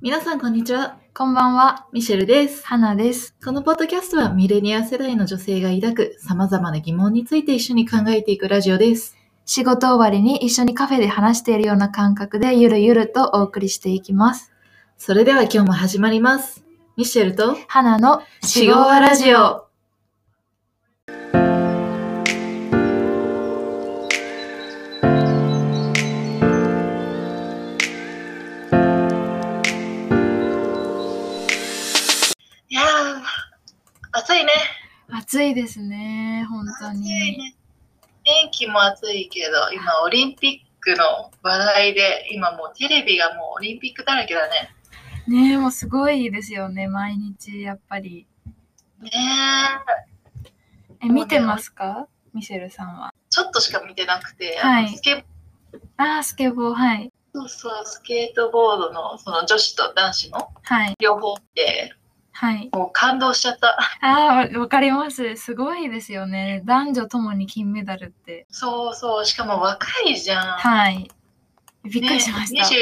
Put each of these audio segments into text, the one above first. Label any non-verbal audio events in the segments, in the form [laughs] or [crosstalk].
皆さん、こんにちは。こんばんは、ミシェルです。花です。このポッドキャストは、ミレニア世代の女性が抱く様々な疑問について一緒に考えていくラジオです。仕事終わりに一緒にカフェで話しているような感覚でゆるゆるとお送りしていきます。それでは今日も始まります。ミシェルと、花のシゴワラジオ。いやー、暑いね。暑いですね、本当暑いに。ね。天気も暑いけど、今オリンピックの話題で、今もうテレビがもうオリンピックだらけだね。ねえ、もうすごいですよね、毎日やっぱり。ねえ、見てますかミシェルさんは。え、ちょっとしか見てなくて、はいあのスケあー、スケボー、はい。そうそうスケートボードのその女子と男子のはい、両方で、はい。もう感動しちゃった。ああ、わわかります。すごいですよね。男女ともに金メダルって。そうそう、しかも若いじゃん。はい。びびっくりしました。ね、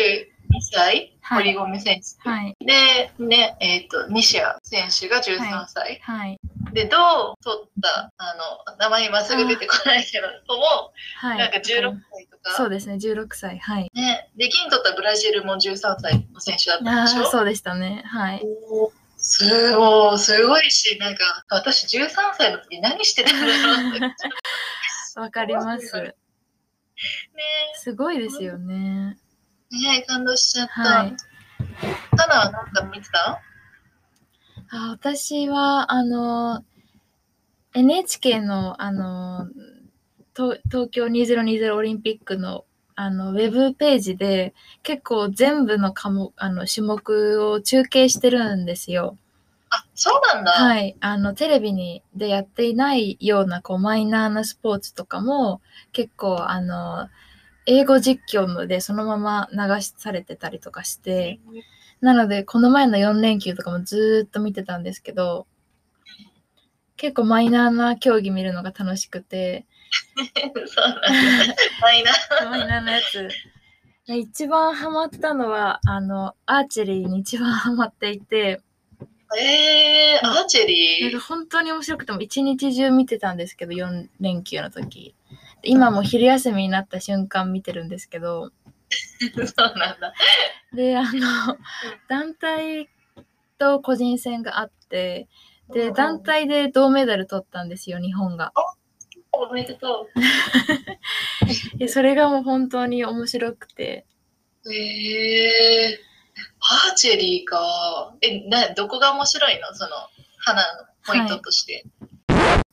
22歳、はい堀米選手。はい、で、ね、えっ、と、西矢選手が13歳。はい、で、銅を取った、あの、名前今すぐ出てこないけど、子も、はい。なんか16歳とそうか、ですね、16歳。はい。ね、で、銀取ったブラジルも13歳の選手だっあたあでしー、ょそうでしたね。はい。おーすごい、すごいし、なんか、私13歳の時何してたんだろう [laughs] って。ね、わかります。すごいですよね。ね、感動しちゃった。はい。ただ、なんか見てたあ私は、あの、NHK の、あの、と東京2020オリンピックの、あの、ウェブページで、結構全部の科目、あの、種目を中継してるんですよ。あ、そうなんだ。はい。あの、テレビに、でやっていないような、こう、マイナーなスポーツとかも、結構、あの、英語実況ので、そのまま流しされてたりとかして、なので、この前の4連休とかもずーっと見てたんですけど、結構マイナーな競技見るのが楽しくて、 [laughs] そうなんだ。マイナー。マイナーなやつ。で一番ハマったのは、あの、アーチェリーに一番ハマっていて、えー、アーチェなリんーか。本当に面白くても一日中見てたんですけど4連休の時で今も昼休みになった瞬間見てるんですけど [laughs] そうなんだ。であの団体と個人戦があってで団体で銅メダル取ったんですよ日本がおめでとでそれがもう本当に面白くてう。えー、アーチェリーか。え、な、どこが面白いのその、花のポイントとして。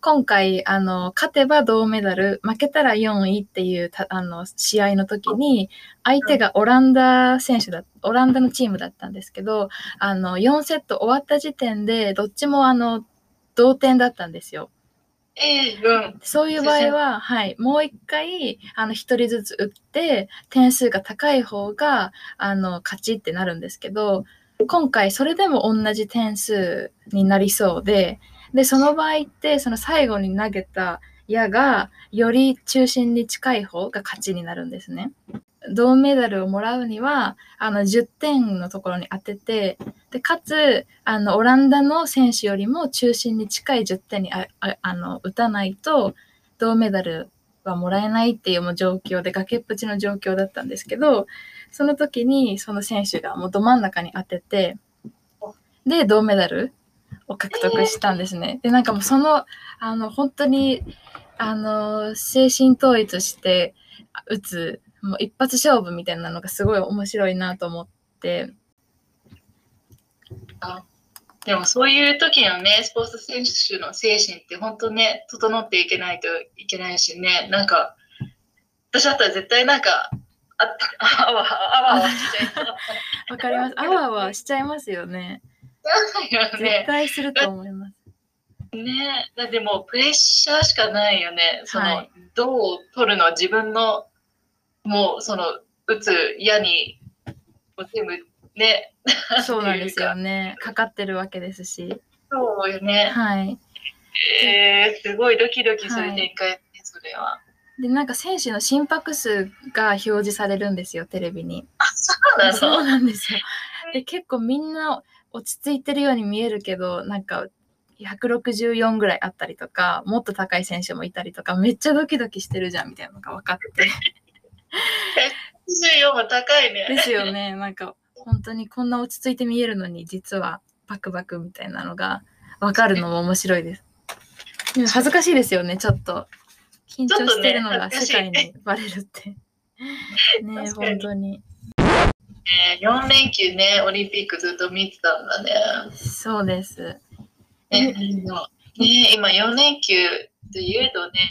今回あの勝てば銅メダル負けたら4位っていうたあの試合の時に相手がオランダ選手だオランダのチームだったんですけどあの4セット終わった時点でどっちもあの同点だったんですよ。えー、うん。そういう場合は、はい、もう一回あの1人ずつ打って点数が高い方があの勝ちってなるんですけど今回それでも同じ点数になりそうででその場合ってその最後に投げた矢がより中心に近い方が勝ちになるんですね。銅メダルをもらうにはあの10点のところに当ててでかつあのオランダの選手よりも中心に近い10点にあああの打たないと銅メダルはもらえないっていうもう状況で崖っぷちの状況だったんですけどその時にその選手がもうど真ん中に当ててで銅メダルを獲得したんですね。でなんかもうそのあの本当にあの精神統一して打つもう一発勝負みたいなのがすごい面白いなと思って。でもそういう時のね、スポーツ選手の精神って本当ね、整っていけないといけないしね、なんか、私だったら絶対なんか、ああわあわあわしちゃいそうわか [laughs] ります。あわあわしちゃいますよね。だよ絶ね。対すると思います。ねだってもうプレッシャーしかないよね。その、はいどう取るの自分の、もうその、打つ矢に、もう全部ね、 [laughs] そうなんですよね。かかってるわけですし。そうよね。はい。えー、すごいドキドキする展開ね、それは。で、なんか選手の心拍数が表示されるんですよ、テレビに。あ、そうなの [laughs] そうなんですよ。で結構みんな落ち着いてるように見えるけどなんか164ぐらいあったりとかもっと高い選手もいたりとかめっちゃドキドキしてるじゃんみたいなのが分かって24も高いね。ですよねなんか本当にこんな落ち着いて見えるのに実はバクバクみたいなのが分かるのも面白いですでも恥ずかしいですよねちょっと緊張してるのが世界にバレ [laughs] るってね確かに本当にね4連休ね、オリンピックずっと見てたんだね。そ [laughs] うですねいいのね今4連休といえどね、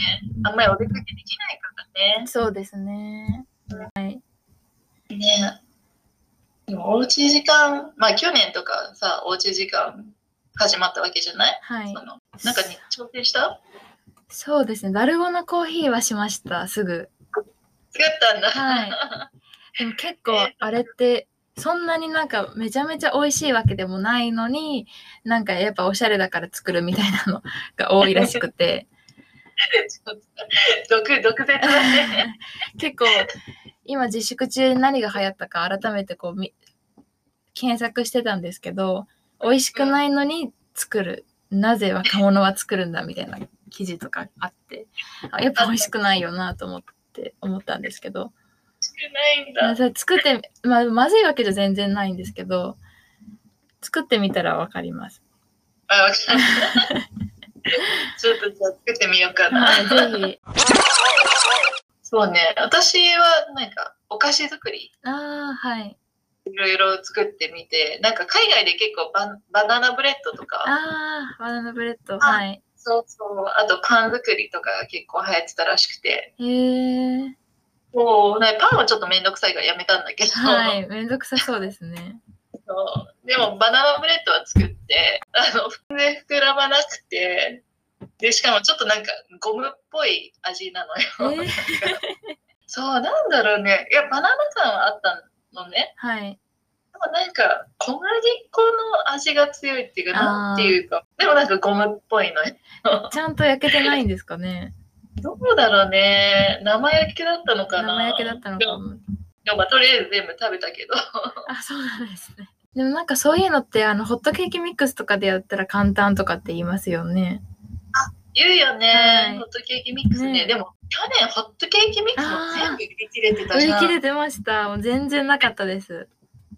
あんまりお出かけできないからね。そうですねねでもおうち時間、まあ去年とかさ、おうち時間始まったわけじゃない、はいそのなんかね、挑戦したそうですねダルゴのコーヒーはしましたすぐ作ったんだ。 [laughs] はいでも結構あれってそんなになんかめちゃめちゃ美味しいわけでもないのになんかやっぱおしゃれだから作るみたいなのが多いらしくてちょっと毒、毒舌だね。 [laughs] 結構今自粛中何が流行ったか改めてこうみ検索してたんですけど美味しくないのに作るなぜ若者は作るんだみたいな記事とかあってあやっぱ美味しくないよなと思って思ったんですけど少ないんまだあ。それ作ってみ、まあ、まずいわけじゃ全然ないんですけど作ってみたらわかり [laughs] ます、あ、わかった。 [laughs] ちょっとじゃあ作ってみようかな。はい、ぜひそうね、私はなんかお菓子作りああはいいろいろ作ってみて、なんか海外で結構バンバナナブレッドとか、ああバナナブレッドはいそうそう、あとパン作りとかが結構流行ってたらしくて、へえもうねパンはちょっとめんどくさいからやめたんだけど、はいめんどくさそうですねそうでもバナナブレッドは作って、あの、全然膨らまなくて、で、しかもちょっとなんかゴムっぽい味なのよ。えー、そう、なんだろうね。いや、バナナ感はあったのね。はいでもなんか、小麦粉の味が強いっていうか、あーなんていうか、でもなんかゴムっぽいのよ。ちゃんと焼けてないんですかねどうだろうね。生焼けだったのかな。生焼けだったのでかも、もでもまあとりあえず全部食べたけど。あそうなんですねでもなんかそういうのってあのホットケーキミックスとかでやったら簡単とかって言いますよね言うよね、はいホットケーキミックスね。ねでも、去年ホットケーキミックスも全部売り切れてた売じりゃん。切れてましたもう全然なかったです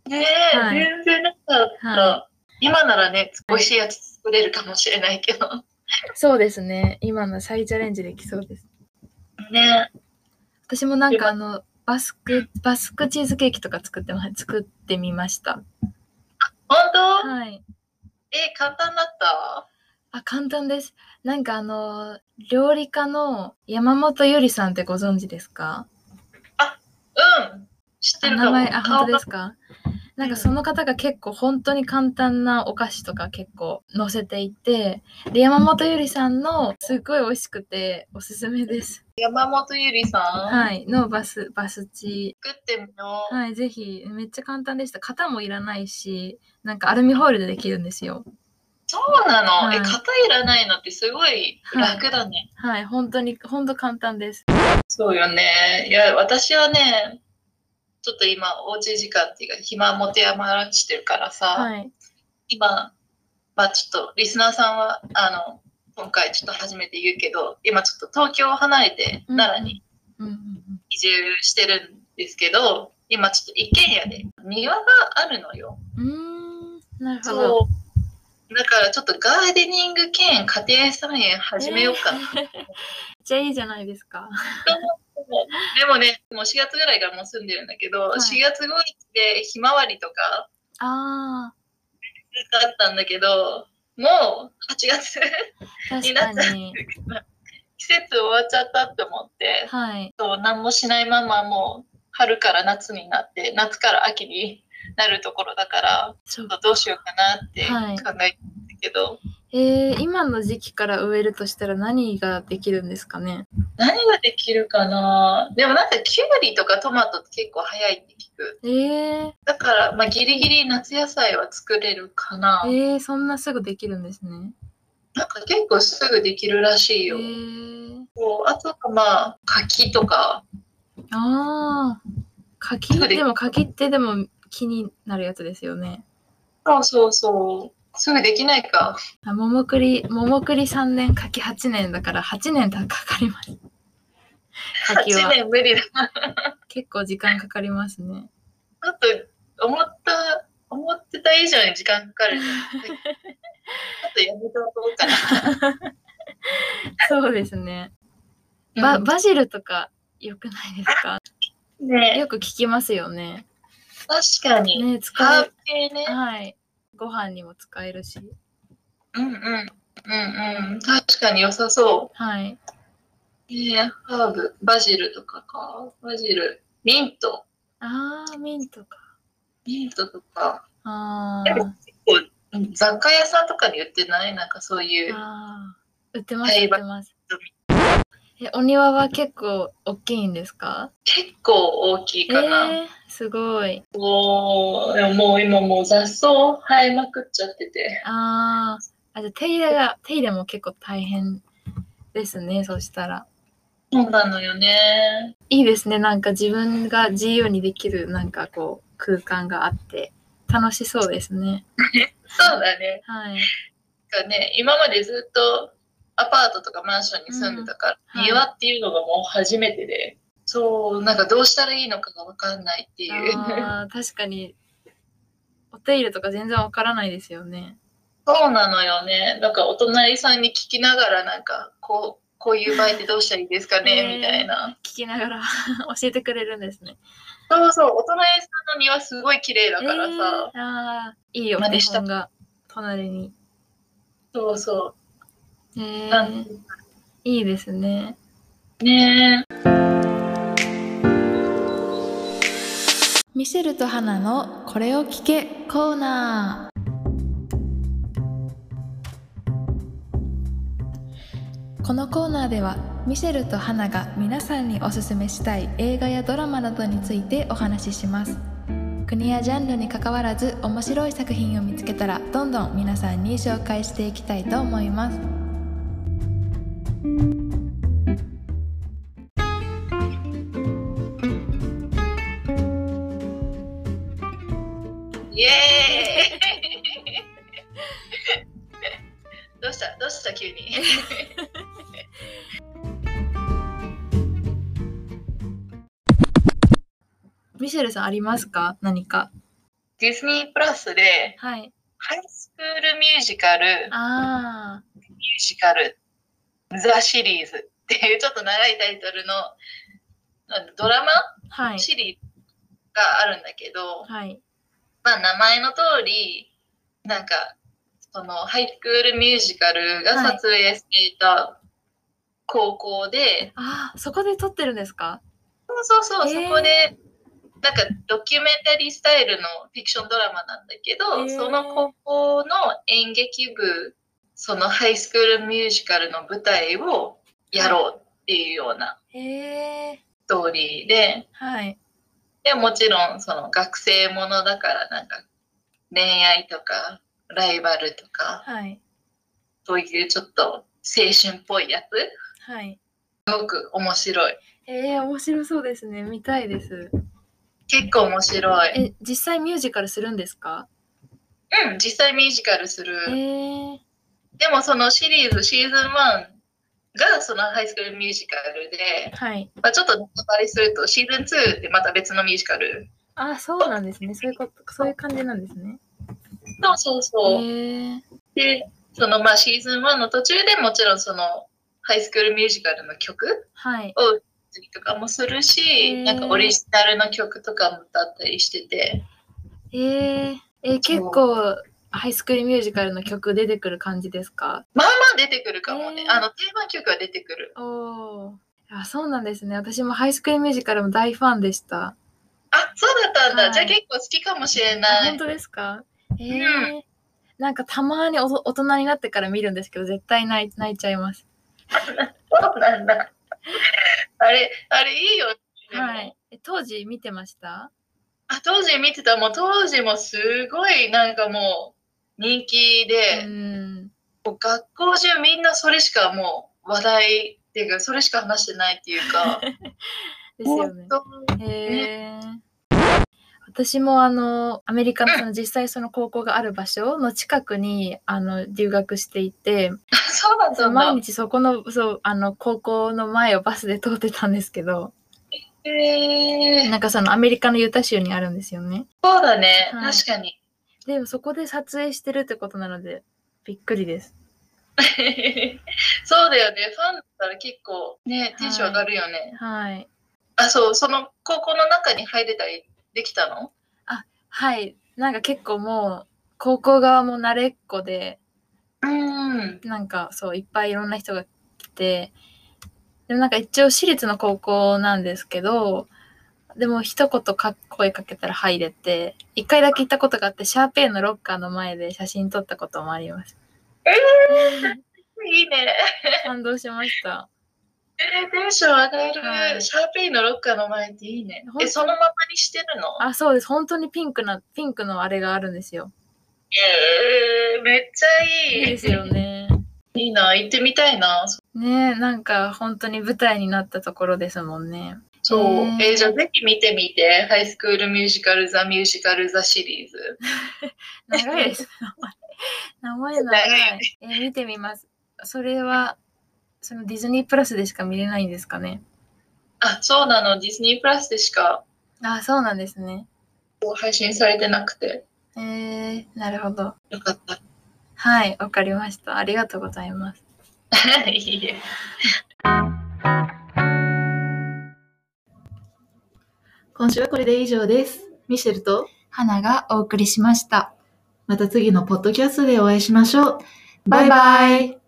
ねえ、はい全然なかった。は今ならね、美味しいやつ作れるかもしれないけど。そうですね今の再チャレンジできそうですね私もなんでまかあのバスクバスクチーズケーキとか作ってま [laughs] 作ってみました。本当、はい。え、簡単だったあ簡単です。なんかあの料理家の山本ゆりさんってご存知ですか？うん。知ってあるか名も。前あ本当ですすか？なんかその方が結構本当に簡単なお菓子とか結構載せていてで山本ゆりさんのすっごい美味しくておすすめです。山本ゆりさん、はいのバスバスチー作ってみよう。はい、ぜひ。めっちゃ簡単でした。型もいらないし、なんかアルミホイルでできるんですよ。そうなの、はいえ、型いらないのってすごい楽だね。はい、本当に、本当簡単です。そうよね。いや、私はね、ちょっと今、おうち時間っていうか、暇持て余らしてるからさ、はい。今、まあちょっと、リスナーさんは、あの、今回ちょっと初めて言うけど、今ちょっと東京を離れてうん奈良にうんうんうん、移住してるんですけど、今ちょっと一軒家で庭があるのよ。うーん、なるほど。そう。だからちょっとガーデニング兼家庭菜園始めようかな。えーめっちゃいいじゃないですか。でもね、もう4月ぐらいからもう住んでるんだけど、はい4月頃でひまわりとかああっあ、たんだけど、もう8月 [laughs] 確かに。季節終わっちゃったって思って、はい。そう何もしないままもう春から夏になって、夏から秋になるところだから、ちょっとどうしようかなってはい考えてるけど、えー、今の時期から植えるとしたら何ができるんですかね何ができるかなでもなんかキュウリとかトマトって結構早いって聞く。えー、だから、まあ、ギリギリ夏野菜は作れるかな。えー、そんなすぐできるんですね。なんか結構すぐできるらしいえよ。ー、こうあとはまあ、柿とか、ああ、柿すぐできでも柿ってでも気になるやつですよね。そうそうそう。すぐできないか。あ桃栗、桃栗3年、柿8年だから8年かか [laughs] ります。柿8は年無理だ。結構時間かかりますね。ちょっと思った、思ってた以上に時間か [laughs] かる。ちょっとやめとこうかそうですね。な。ババジルとか良くないですかねよく聞きますよね。確かに。ね使ハーうブ系ね。はい。ご飯にも使えるし。うんうん。うんうん。確かに良さそはい。う。ねハーブ、バジルとかか。バジル、ミント。あー、ミントか。ミントとか。あやっーぱ。結構うん雑貨屋さんとかに売ってないなんかそういう。あー売ってます、売栽って培ます。え、お庭は結構大きいんですか結構大きいかな。えー、すごい。おーでももう今もう雑草生えまくっちゃってて。あーあ、じゃあ手入れが、手入れも結構大変ですね、そしたら。そうなのよね。いいですね、なんか自分が自由にできる、なんかこう、空間があって、楽しそうですね。そうだね。はい。なんかね、今までずっとアパートとかマンションに住んでたから、うんはい庭っていうのがもう初めてで、そう、なんかどうしたらいいのかがわかんないっていう。あー確かに、お手入れとか全然わからないですよね。そうなのよね。なんかお隣さんに聞きながら、なんかこう、こういう場合ってどうしたらいいですかね、ねみたいな。聞きながら [laughs] 教えてくれるんですね。そうそう、お隣さんの庭すごい綺麗だからえさ、ーあーいいよ、真手似した本が隣に。そうそえう。ーなんいいですね。ねえミシェルとハナのこれを聞けコーナー。このコーナーではミシェルとハナが皆さんにおすすめしたい映画やドラマなどについてお話しします国やジャンルにかかわらず面白い作品を見つけたらどんどん皆さんに紹介していきたいと思いますイエ [laughs] ーイどうしたどうした急に。ミシェルさんありますか何かディズニープラスで、はいハイスクールミュージカル、あミュージカル、ザ・シリーズっていうちょっと長いタイトルのなんだドラマあはシリーズがあるんだけど、はいまあ名前の通り、なんか、そのハイスクールミュージカルが撮影していた高校で、ああ、そこで撮ってるんですかそうそうそう、へーそこで、なんかドキュメンタリースタイルのフィクションドラマなんだけど、へーその高校の演劇部、そのハイスクールミュージカルの舞台をやろうっていうようなへえ、ストーリーで、はい。でもちろんその学生ものだからなんか恋愛とかライバルとか、はい。そういうちょっと青春っぽいやつ、はい。すごく面白い。ええ、面白そうですね。見たいです。結構面白い。え、実際ミュージカルするんですかうん、実際ミュージカルする。ええ、でもそのシリーズシーズン1がそのハイスクールミュージカルで、はい。まあ、ちょっとネタバレするとシーズン2ってまた別のミュージカル。ああ、そうなんですね。そういうこと、そういう感じなんですね。そうそうそう。ええ、で、そのまあシーズン1の途中でもちろんそのハイスクールミュージカルの曲はい。を歌ったりとかもするへし、ーなんかオリジナルの曲とかも歌ったりしてて、ええ、え、結構、ハイスクールミュージカルの曲出てくる感じですかまあまあ出てくるかもねへ。ーあの定番曲は出てくる。おお。あ、そうなんですね。私もハイスクールミュージカルも大ファンでした。あ、そうだったんはだ。いじゃあ結構好きかもしれあな本い。当ですかええなんかたまにおと大人になってから見るんですけど絶対泣い泣いちゃいますそうなんだ。あれ、あれいいよね。はいえ当時見てましたあ当時見てたもう当時もすごいなんかもう人気うで、んもう学校中みんなそれしかもう話題っていうかそれしか [laughs] 話してないっていうかですよね本当へえ私もあのアメリカのその実際その高校がある場所の近くにあの留学していて [laughs] そうだったん毎だ。日そこのそうあの高校の前をバスで通ってたんですけどえー、なんかそのアメリカのユタ州にあるんですよねそうだね、はい確かに。 [laughs] でもそこで撮影してるってことなのでびっくりですそうだよね、ファンだったら結構ね、テンション上がるよね。はいあ、そう、その高校の中に入れたりできたのはいなんか結構もう高校側も慣れっこでうん。なんかそういっぱいいろんな人が来てでもなんか一応私立の高校なんですけどでも一言か声かけたら入れて一回だけ行ったことがあってシャーペイのロッカーの前で写真撮ったこともありますえいいね。感動しましたえーテンション上がる、はいシャーペイのロッカーの前っていいね本。当え、にそのままにしてるのあそうです本当にピンクなピンクのあれがあるんですよえー、めっちゃいいい。いですよねいいな、行ってみたいな。ねえなんか本当に舞台になったところですもんねそう。うんえーじゃあぜひ見てみて。ハイスクールミュージカル、ザ・ミュージカル、ザ・シリーズ。長いです。名前名前長い。えー見てみます。それは、そのディズニープラスでしか見れないんですかね。あ、そうなの。ディズニープラスでしかあ、そうなんですね。配信されてなくて。えー、なるほど。よかった。はい、わかりました。ありがとうございます。 [laughs] いいえ。今週はこれで以上です。ミシェルと、花がお送りしました。また次のポッドキャストでお会いしましょう。バイバイ。